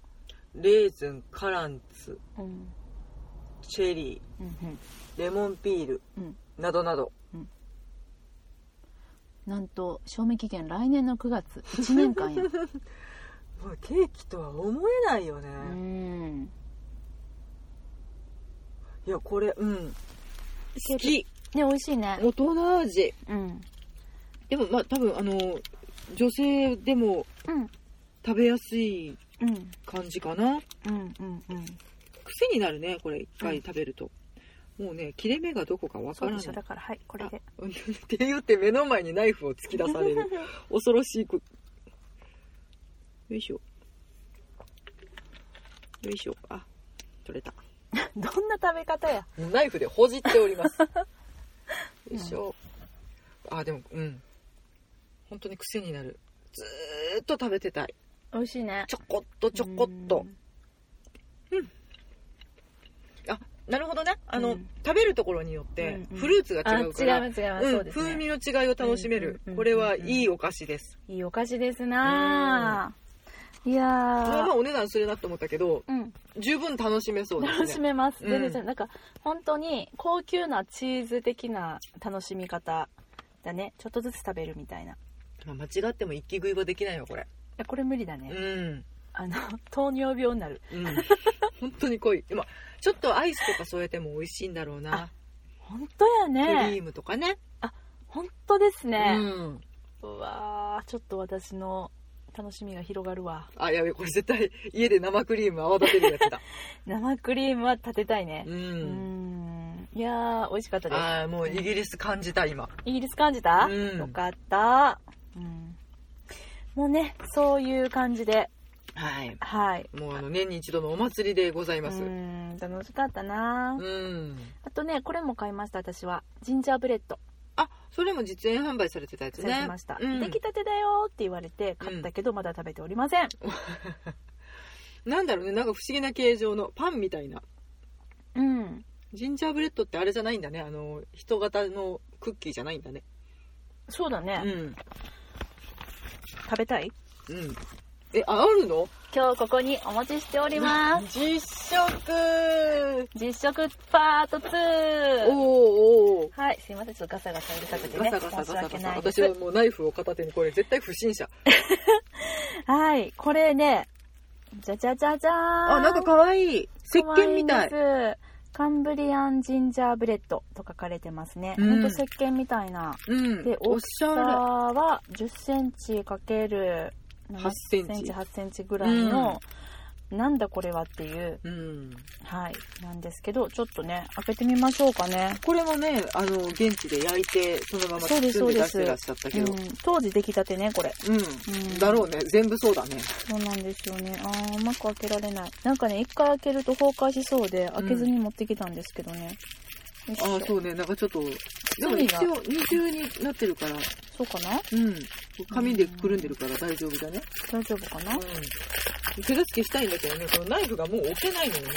S2: レーズンカランツ
S1: うん
S2: チェリ
S1: うんうん
S2: ーレモンピール
S1: うん
S2: などなど
S1: なんと賞味期限来年の9月1年間や
S2: もうケーキとは思えないよ ね、
S1: うん
S2: いやこれうん好き
S1: ね美味しいね
S2: 大人味
S1: うん
S2: でもまあ多分あの女性でも
S1: うん
S2: 食べやすい
S1: うん
S2: 感じかな
S1: うんうんうん
S2: 癖になるねこれ一回食べると、もうね切れ目がどこかわか
S1: そう
S2: ら
S1: で
S2: ない
S1: しょだからはいこれで
S2: あって言って目の前にナイフを突き出さ れる恐ろしいこよいしょよいしょあ取れた
S1: どんな食べ方や
S2: ナイフでほじっておりま すよいしょ、あでもうん本当に癖になるずーっと食べてたい
S1: 美味しいね
S2: ちょこっとちょこっとあなるほどねあの、
S1: うん
S2: 食べるところによって
S1: うんうん
S2: フルーツ
S1: あ
S2: が違
S1: 違
S2: う
S1: う
S2: から、
S1: 違うそううんです
S2: 風
S1: ね
S2: 味の違いを楽しめる、
S1: うんうんうんうん
S2: これはいいお菓子です
S1: いいお菓子ですなあいや
S2: まあまあ
S1: ー
S2: お値段するなと思ったけど
S1: うん
S2: 十分楽しめそうですね
S1: 楽しめます
S2: うん
S1: 全然、なんか本当に高級なチーズ的な楽しみ方だねちょっとずつ食べるみたいない
S2: まあ間違っても一気食いはできないわこれ
S1: やこれ無理だ
S2: う
S1: ね、
S2: ん
S1: あの 糖尿病になる
S2: うん本当に濃いでもちょっとアイスとか添えても美味しいんだろうな
S1: 本当や
S2: クリ
S1: ね
S2: ームとかね
S1: 本当です
S2: う
S1: ね、
S2: ん
S1: うわーちょっと私の楽しみが広がるわ
S2: あやべこれ絶対家で生クリーム泡立てるやつだ
S1: 生クリームは立てたいね
S2: う
S1: うんんいやー美味しかったです
S2: ああもうイギリス感じた今
S1: イギリス感じた、
S2: うん
S1: よかった、うん、もうねそういう感じで
S2: はい
S1: はい
S2: もうあの年に一度のお祭りでございうます
S1: ん楽しかったな、
S2: うん
S1: あとねこれも買いました私はジンジャーブレッド
S2: あそれも実演販売されてたやつ
S1: されて
S2: ね
S1: ました、
S2: うん
S1: できたてだよって言われて買ったけどまだ食べておりません、
S2: なんだろうねなんか不思議な形状のパンみたいな
S1: うん
S2: ジンジャーブレッドってあれじゃないんだねあの人型のクッキーじゃないんだね
S1: そうだね、
S2: うん
S1: 食べたい
S2: うんえああるの
S1: 今日ここにお持ちしております
S2: 実食
S1: 実食パート2
S2: おーおー
S1: はいすいませんちょっとガサガサうるさくて
S2: ガ
S1: ね
S2: サガサガ
S1: 申し
S2: サガ
S1: 訳
S2: サ
S1: ないです
S2: 私はもうナイフを片手にこれ絶対不審者
S1: はい、これね、じゃじゃじゃじゃーん。
S2: あなんか可愛い石鹸みたい
S1: 可愛です。カンブリアンジンジャーブレッドと書かれてますね。
S2: うん
S1: ほんと石鹸みたいな。
S2: うん
S1: で、
S2: お
S1: 大
S2: っ
S1: き
S2: し
S1: さ
S2: ゃ
S1: は10センチかける
S2: 8センチ
S1: 8センチぐらいの、なんだこれはっていう、
S2: れうん
S1: はい、なんですけど、ちょっとね、開けてみましょうかね。
S2: これもねあの現地で焼いてそのまま包んで
S1: そう
S2: 出
S1: です
S2: し
S1: そう
S2: てらっ
S1: で
S2: しゃった
S1: う
S2: け
S1: ん
S2: ど、
S1: 当時出来たてね、これ。
S2: うん、
S1: うん
S2: だろうね全部そうだね
S1: そうなんですよね。ああ、うまく開けられない。なんかね、一回開けると崩壊しそうで、開けずに持ってきたんですけどね。よいしょ
S2: ああそうねなんかちょっとでも一応二重になってるから
S1: そうかな
S2: うん紙でくるんでるから大丈夫だね
S1: 大丈夫かな
S2: うん手助けしたいんだけどねこのナイフがもう置けないのよね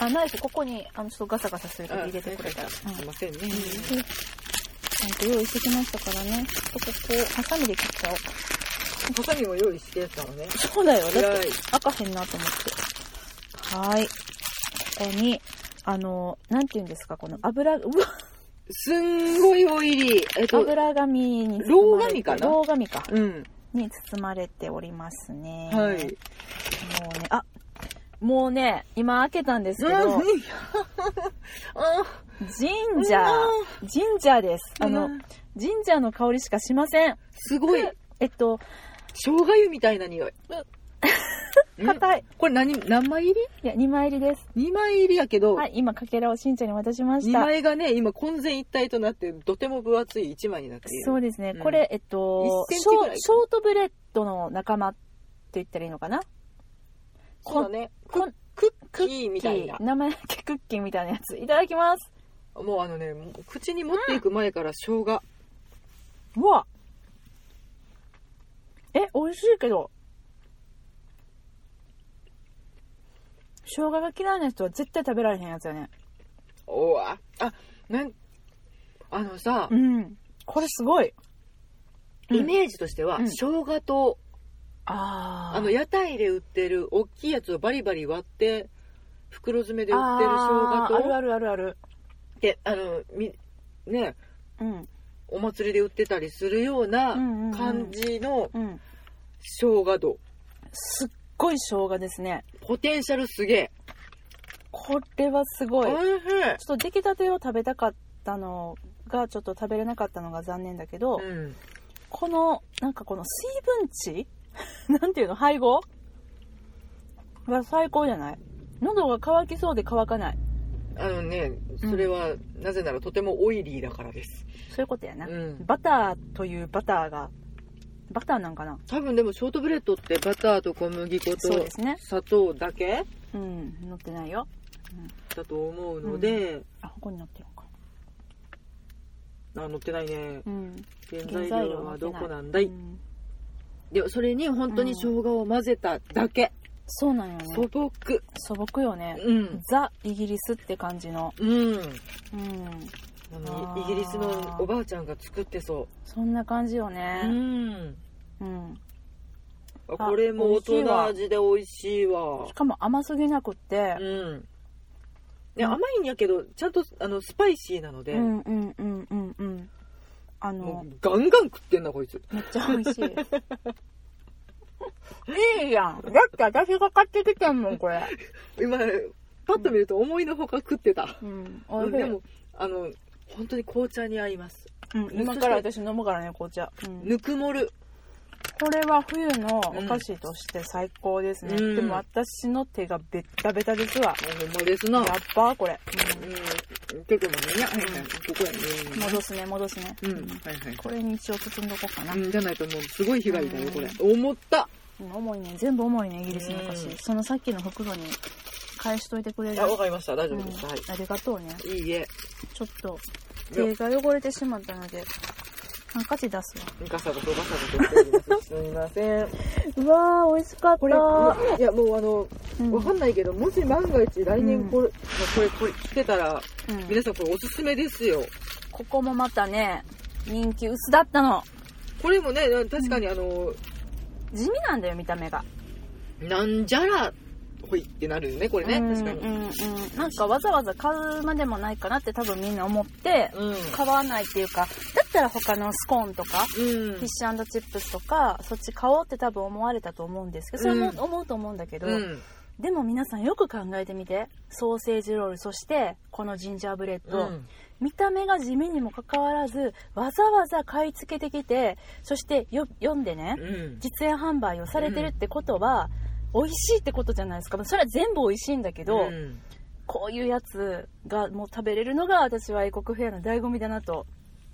S1: あ、ナイフここに、あの、ちょっとガサガサするから入れてくれたら。
S2: す
S1: うん。
S2: いませんね
S1: うんちゃんと用意してきましたからね。ちょっとここをハサミで切っちゃおう。
S2: 他にも用意してたのね
S1: そうだよ。だって
S2: 偉い
S1: 開かへんなと思って。はーい。ここに、あの、なんて言うんですか、この油、うわ
S2: すんごいオイリーえっと
S1: 油紙に
S2: ロー紙かな
S1: ロー紙か。
S2: うん
S1: に包まれておりますね。
S2: はい
S1: もうね、あもうね、今開けたんですけど、
S2: あ
S1: ジンジャー、ジンジャーです。あの、
S2: うん
S1: ジンジャーの香りしかしません。
S2: すごい
S1: えっと、
S2: 生姜湯みたいな匂いうん
S1: 硬い。
S2: これ何何枚入
S1: いや、2枚入りです。
S2: り2枚入りやけど
S1: はい、今、かけらをしんちゃんに渡しまし
S2: 2
S1: た。
S2: 枚がね今混然一体となってとても分厚い1枚になっている
S1: そうですね、
S2: うん
S1: これ、えっと
S2: 1
S1: シ
S2: センチぐらい
S1: ョ、ショートブレッドの仲間って言ったらいいのかな
S2: そうだね
S1: こん
S2: ク
S1: ク
S2: ッ
S1: ッ
S2: キーみたいな
S1: 名前だけクッキーみたいなやつ。いただきます。
S2: もうあのねもう口に持っていく前から生姜
S1: うわえ、美味しいけど。生姜が嫌いな人は絶対食べられへんやつよね。
S2: おわあなんあのさ、
S1: うん。これすごい。
S2: イメージとしては、
S1: うん
S2: 生姜と
S1: あー
S2: あの屋台で売ってる大きいやつをバリバリ割って袋詰めで売ってる生姜と
S1: あーあるあるあるある。
S2: であのみね
S1: うん。
S2: お祭りで売ってたりするような
S1: うんうんうん
S2: 感じの
S1: うん。
S2: 生姜度
S1: すっごい生姜ですね。
S2: ポテンシャルすげえ
S1: これはすご
S2: お
S1: い。
S2: い
S1: ちょっ
S2: しい
S1: と出来たてを食べたかったのが、ちょっと食べれなかったのが残念だけど、
S2: うん、
S1: この、なんかこの水分値 なんていうの配合が最高じゃない喉が乾きそうで乾かない。
S2: あのねそれはなぜならとてもオイリーだからです、
S1: そういうことやな。
S2: うん
S1: バターというバターが、バターなんかな
S2: 多分でもショートブレッドってバターと小麦粉
S1: そう
S2: と
S1: ですね。
S2: 砂糖だけ
S1: うん、乗ってないよ。
S2: だと思うので、
S1: あ、ここに乗ってるのか。
S2: あ乗ってないね
S1: うん。
S2: 原材料はどこなんだい、
S1: うん
S2: でそれに本当に生姜を混ぜただけ、
S1: そうなんよ
S2: 素
S1: ね。
S2: 朴
S1: 素朴よね。
S2: うん
S1: ザ・イギリスって感じの。
S2: うん
S1: うん。
S2: あの
S1: あ
S2: イ
S1: ー
S2: ギリスのおばあちゃんが作ってそ
S1: そんな感じよ
S2: う
S1: ね。
S2: ん
S1: うん。
S2: あ
S1: あ
S2: これも大
S1: 美味しい
S2: 人
S1: わ
S2: 味で美味しいわ
S1: しかも甘すぎなくって
S2: う、んね、甘いんやけどちゃんとあのスパイシーなので、
S1: うん、うんうんうんうんあの
S2: もうガンガン食ってんなこいつ
S1: めっちゃ美味しい いいやんだって私が買ってきてんもんこれ
S2: 今パッと見ると思いのほか食ってた、
S1: うん
S2: う
S1: おい
S2: ん
S1: しい
S2: でもあの本当に紅茶に合います
S1: うん、今から私飲むからね紅茶、うん
S2: ぬくもる
S1: これは冬のお菓子として最高ですね、
S2: うん
S1: でも私の手がベッタベタですわ、
S2: あほんまですな
S1: やっばーこれ、
S2: うん結構もねはいはいここや
S1: う
S2: ね
S1: ん、戻すね戻すね、
S2: うんはいはい
S1: これに一応包んどこうかな、
S2: うん、じゃないともうすごい被害だよこれ思った
S1: うん重いね全部重いねイギリスのお菓子、
S2: うん
S1: そのさっきの袋に返しといてくれる
S2: かりました大
S1: うんありがとうね
S2: いいえ
S1: ちょっと手が汚れてしまったのでハンカチ出すわ
S2: ガサガサガサガサしておりますすみません
S1: うわー美味しかった
S2: これいやもうあの
S1: うん
S2: わかんないけどもし万が一来年これ、これこれ来てたら
S1: うん
S2: 皆さんこれおすすめですよ
S1: ここもまたね人気薄だったの
S2: これもね確かにあの、
S1: 地味なんだよ見た目が
S2: なんじゃらほいってなるよねこれね
S1: うん
S2: 確かに
S1: うんうんなんかわざわざ買うまでもないかなって多分みんな思って
S2: うん
S1: 買わないっていうかだったら他のスコーンとか
S2: うん
S1: フィッシュチップスとかそっち買おうって多分思われたと思うんですけどそれも
S2: うん
S1: 思うと思うんだけど、
S2: うん
S1: でも皆さんよく考えてみてソーセージロールそしてこのジンジャーブレッド、見た目が地味にもかかわらずわざわざ買い付けてきてそしてよ読んでね
S2: うん
S1: 実演販売をされてるってことは、美味しいってことじゃないですかまあそれは全部美味しいんだけど、
S2: うん
S1: こういうやつがもう食べれるのが私は英国フェアの醍醐味だなと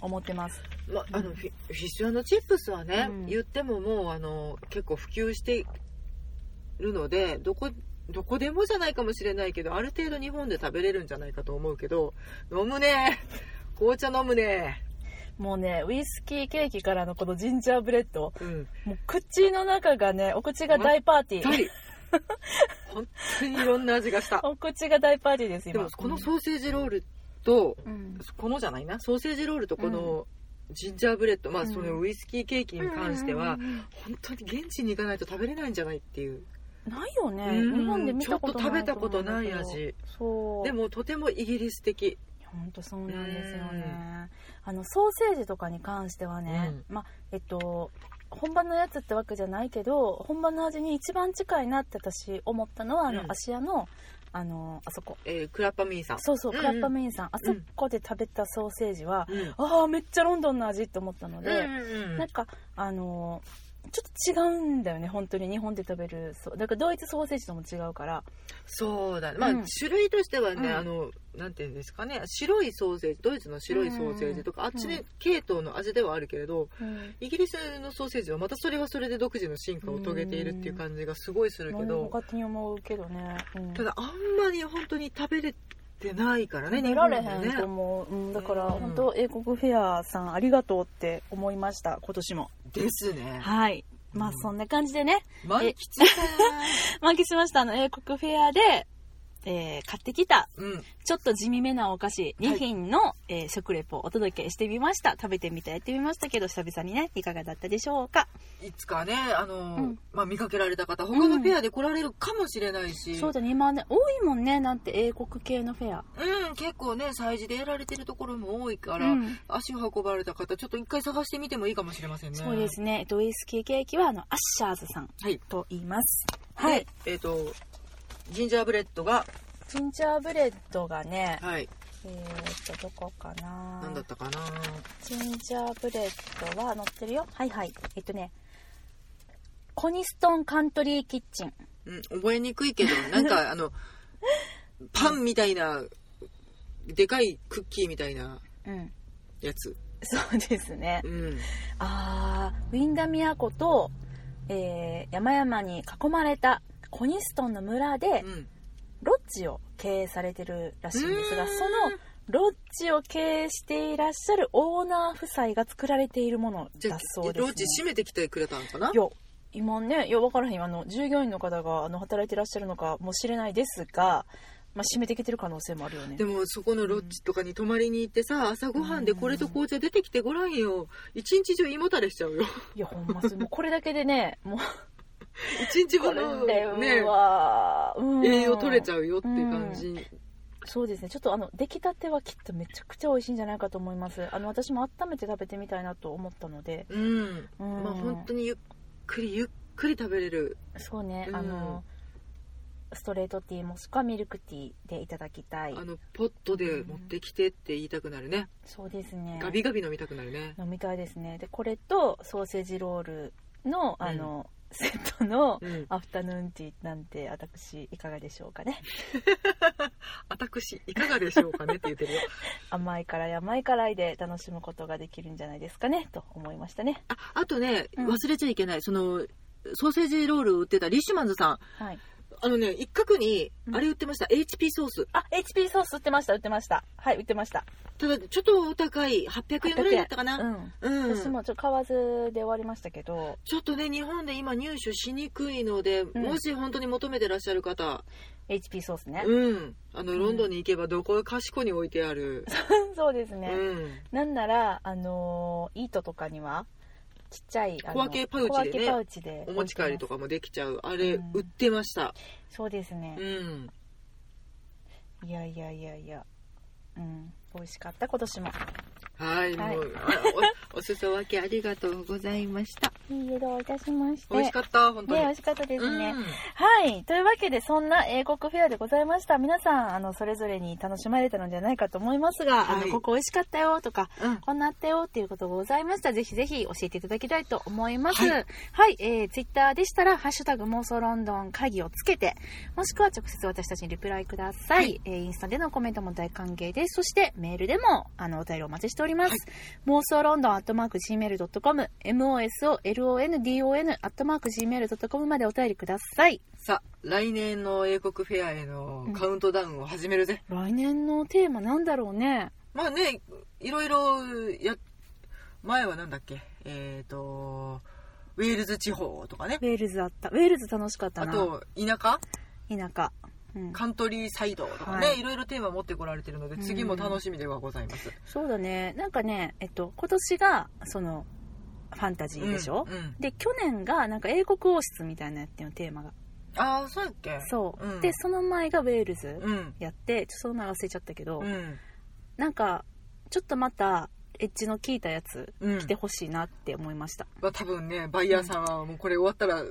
S1: 思ってます
S2: ま、あのフィフィッシュチップスはね、
S1: うん
S2: 言ってももうあの結構普及してるのでどこどこでもじゃないかもしれないけどある程度日本で食べれるんじゃないかと思うけど飲むね紅茶飲むね、
S1: もうねウイスキーケーキからのこのジンジャーブレッド
S2: うん、
S1: もう口の中がねお口が大パーティー
S2: 大本当にいろんな味が した
S1: お口が大パーティーです
S2: で
S1: 今
S2: もこのソーセージロールと、
S1: うん
S2: このじゃないなソーセージロールとこのジンジャーブレッド、ま
S1: う
S2: あ
S1: ん
S2: そのウイスキーケーキに関しては、
S1: うんうんうん
S2: 本当に現地に行かないと食べれないんじゃないっていう
S1: ないよね
S2: うん
S1: 日本で見たことない
S2: ちょっと食べたことない
S1: 思うんだけ
S2: 味
S1: どそう
S2: でもとてもイギリス的
S1: 本当そうなんですよねあのソーセージとかに関してはね、まあえっと本場のやつってわけじゃないけど本場の味に一番近いなって私思ったのはあの、
S2: うん
S1: アシアのあのあそこ
S2: えークラッパミーさん
S1: そうそう
S2: うんう
S1: ク
S2: ん
S1: ラッパメインさん、あそこで食べたソーセージは、
S2: うん
S1: ああめっちゃロンドンの味って思ったので、
S2: うん
S1: なんかあのちょっと違うんだよね本当に日本で食べるそうだからドイツソーセージとも違うから
S2: そうだねまあ、
S1: うん
S2: 種類としてはね、
S1: うん
S2: あのなんていうんですかね白いソーセージドイツの白いソーセージとか、
S1: うん
S2: あっちで、系統の味ではあるけれど
S1: うん
S2: イギリスのソーセージはまたそれはそれで独自の進化を遂げているっていう感じがすごいするけど、
S1: 勝手に思うけどね、うん、
S2: ただあんまり本当に食べれてないからね
S1: 見られへ
S2: 日本で
S1: んと
S2: ね
S1: 思う、うん、だから
S2: うん
S1: 本当英国フェアさんありがとうって思いました今年も
S2: ですね
S1: はいまあ
S2: うん
S1: そんな感じでね
S2: 満喫した
S1: 満喫しましたあの英国フェアで、えー買ってきた
S2: うん
S1: ちょっと地味めなお菓子2品の、えー食レポをお届けしてみました食べてみたやってみましたけど久々にねいかがだったでしょうか
S2: いつかねあの、
S1: うん
S2: まあ、見かけられた方他のペアで来られるかもしれないし、
S1: そうだね今ね多いもんねなんて英国系のフェア
S2: うん、結構ね催事でやられてるところも多いから、
S1: うん
S2: 足を運ばれた方ちょっと一回探してみてもいいかもしれませんね
S1: そうですね、えっとウイスキーケーキはあのアッシャーズさん
S2: はい
S1: と言いますは
S2: はいいえっ、とジンジャーブレッドが
S1: ジンジャーブレッドがね、
S2: はい
S1: えーっと、どこかな
S2: 何だったかな
S1: ジンジャーブレッドは載ってるよ。はいはい。えっとね、コニストンカントリーキッチン。
S2: うん覚えにくいけどなん かあのパンみたいなでかいクッキーみたいな
S1: うん。
S2: やつ
S1: そうですね
S2: う。ん
S1: あー、ウィンダミア湖と、えー山々に囲まれたコニストンの村で
S2: うん
S1: ロッジを経営されてるらしいんです
S2: う
S1: が、
S2: ーん
S1: そのロッジを経営していらっしゃるオーナー夫妻が作られているもの
S2: じゃ
S1: だ
S2: あ
S1: そうです、ね。
S2: ロッジ閉めてきてくれたのかない
S1: や今ねいや分からへんあの従業員の方があの働いてらっしゃるのかもしれないですが、まあ、閉めてきてる可能性もあるよね
S2: でもそこのロッジとかに泊まりに行ってさ朝ごはんでこれと紅茶出てき てごらんよ一日中胃もたれしちゃうよ
S1: いやほんまそうもうこれだけでねもう
S2: 一日
S1: こ
S2: 分
S1: れ
S2: の、
S1: で
S2: ね、
S1: は、うん
S2: 栄養取れちゃうよっていう感じ、
S1: そうですねちょっとあの出来たてはきっとめちゃくちゃ美味しいんじゃないかと思いますあの私も温めて食べてみたいなと思ったので、
S2: うん
S1: うん
S2: まあ本当にゆっくりゆっくり食べれる
S1: そうね、
S2: うん
S1: あのストレートティーもしくはミルクティーでいただきたい
S2: あのポットで持ってきてって言いたくなるね、
S1: そうですね
S2: ガビガビ飲みたくなるね
S1: 飲みたいですねでこれとソーセージロールのあの、 セットの
S2: うん、
S1: アフタヌーンティーなんて私いかがでしょうかね
S2: 私いかがでしょうかねって言ってるよ
S1: 甘い辛い甘い辛いで楽しむことができるんじゃないですかねと思いましたね
S2: ああとね
S1: うん
S2: 忘れちゃいけない、そのソーセージロール売ってたリッシュマンズさん
S1: はい
S2: あのね一角に
S1: うん
S2: あれ売ってました、HP ソース
S1: あ HP ソース売ってました売ってましたはい売ってました
S2: ただちょっとお高い800円ぐらいだったかな
S1: うん
S2: うん、
S1: 私もちょっと買わずで終わりましたけど
S2: ちょっとね日本で今入手しにくいので、
S1: ん
S2: もし本当に求めてらっしゃる方
S1: HP ソースね、
S2: うんあの
S1: うん
S2: ロンドンに行けばどこかしこに置いてある、
S1: そうですね、
S2: うん
S1: なんならあのーイートとかにはちっちゃいあの
S2: 小分けパウチ
S1: 小分
S2: でね
S1: けパウチで
S2: お持ち帰りと
S1: か
S2: かもできちゃうあれ
S1: うん
S2: 売ってました
S1: そうですね
S2: う、ん
S1: いやいやいやいやうん美味しかった今年も
S2: はい、
S1: はい
S2: もうあおお 裾分けありがとうございました
S1: いい色をいたしまして
S2: 美味しかった本当に、
S1: ね、美味しかったですね、
S2: うん
S1: はい。というわけで、そんな英国フェアでございました。皆さん、あの、それぞれに楽しまれたのではないかと思いますが、あ
S2: は
S1: の、
S2: い
S1: ここ美味しかったよとか、
S2: うん
S1: こんなあったよっていうことがございましたら、ぜひぜひ教えていただきたいと思います。は、
S2: はい
S1: えー、ツイッターでしたら、ハッシュタグ妄想ロンドン会議をつけて、もしくは直接私たちにリプライください。
S2: はい
S1: えーインスタでのコメントも大歓迎です。そして、メールでも、あの、お便りお待ちしております。妄想ロンドンアットマーク Gmail.com、mosolondon アットマーク Gmail.com までお便りください。
S2: さあ来年の英国フェアへのカウントダウンを始めるぜ、
S1: 来年のテーマなんだろうね。
S2: まあねいろいろや前はなんだっけえっ、とウェールズ地方とかね
S1: ウェールズあった。ウェールズ楽しかった
S2: あ
S1: な。
S2: と田舎
S1: 田舎。うん、
S2: カントリーサイドとかね、
S1: はい
S2: い、ろいろテーマ持ってこられてるので
S1: うん
S2: 次も楽しみではございます、
S1: そうだね。なんかね、えっと、今年が、その、ファンタジーでしょ、
S2: うんうん
S1: で、去年が、なんか英国王室みたいなやってのテーマが。
S2: ああそうやっけ
S1: そう。
S2: うん
S1: で、その前がウェールズ
S2: うん
S1: やって、ちょっとその前忘れちゃったけど、
S2: うん
S1: なんか、ちょっとまた、エッジの効いたやつ、
S2: うん
S1: 来てほしいなって思いました。
S2: まあ、多分ねバイヤーさんはもうこれ終わったら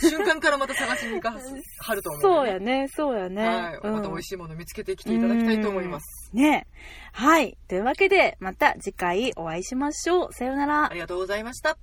S2: 瞬間からまた探しに行か はると思う
S1: そ
S2: の
S1: う
S2: で
S1: やね、そうやね。
S2: はい、
S1: うん
S2: また美味しいもの見つけてきていただきたいと思います
S1: ねはい。というわけで、また次回お会いしましょう。さようなら
S2: あ。りがとうございました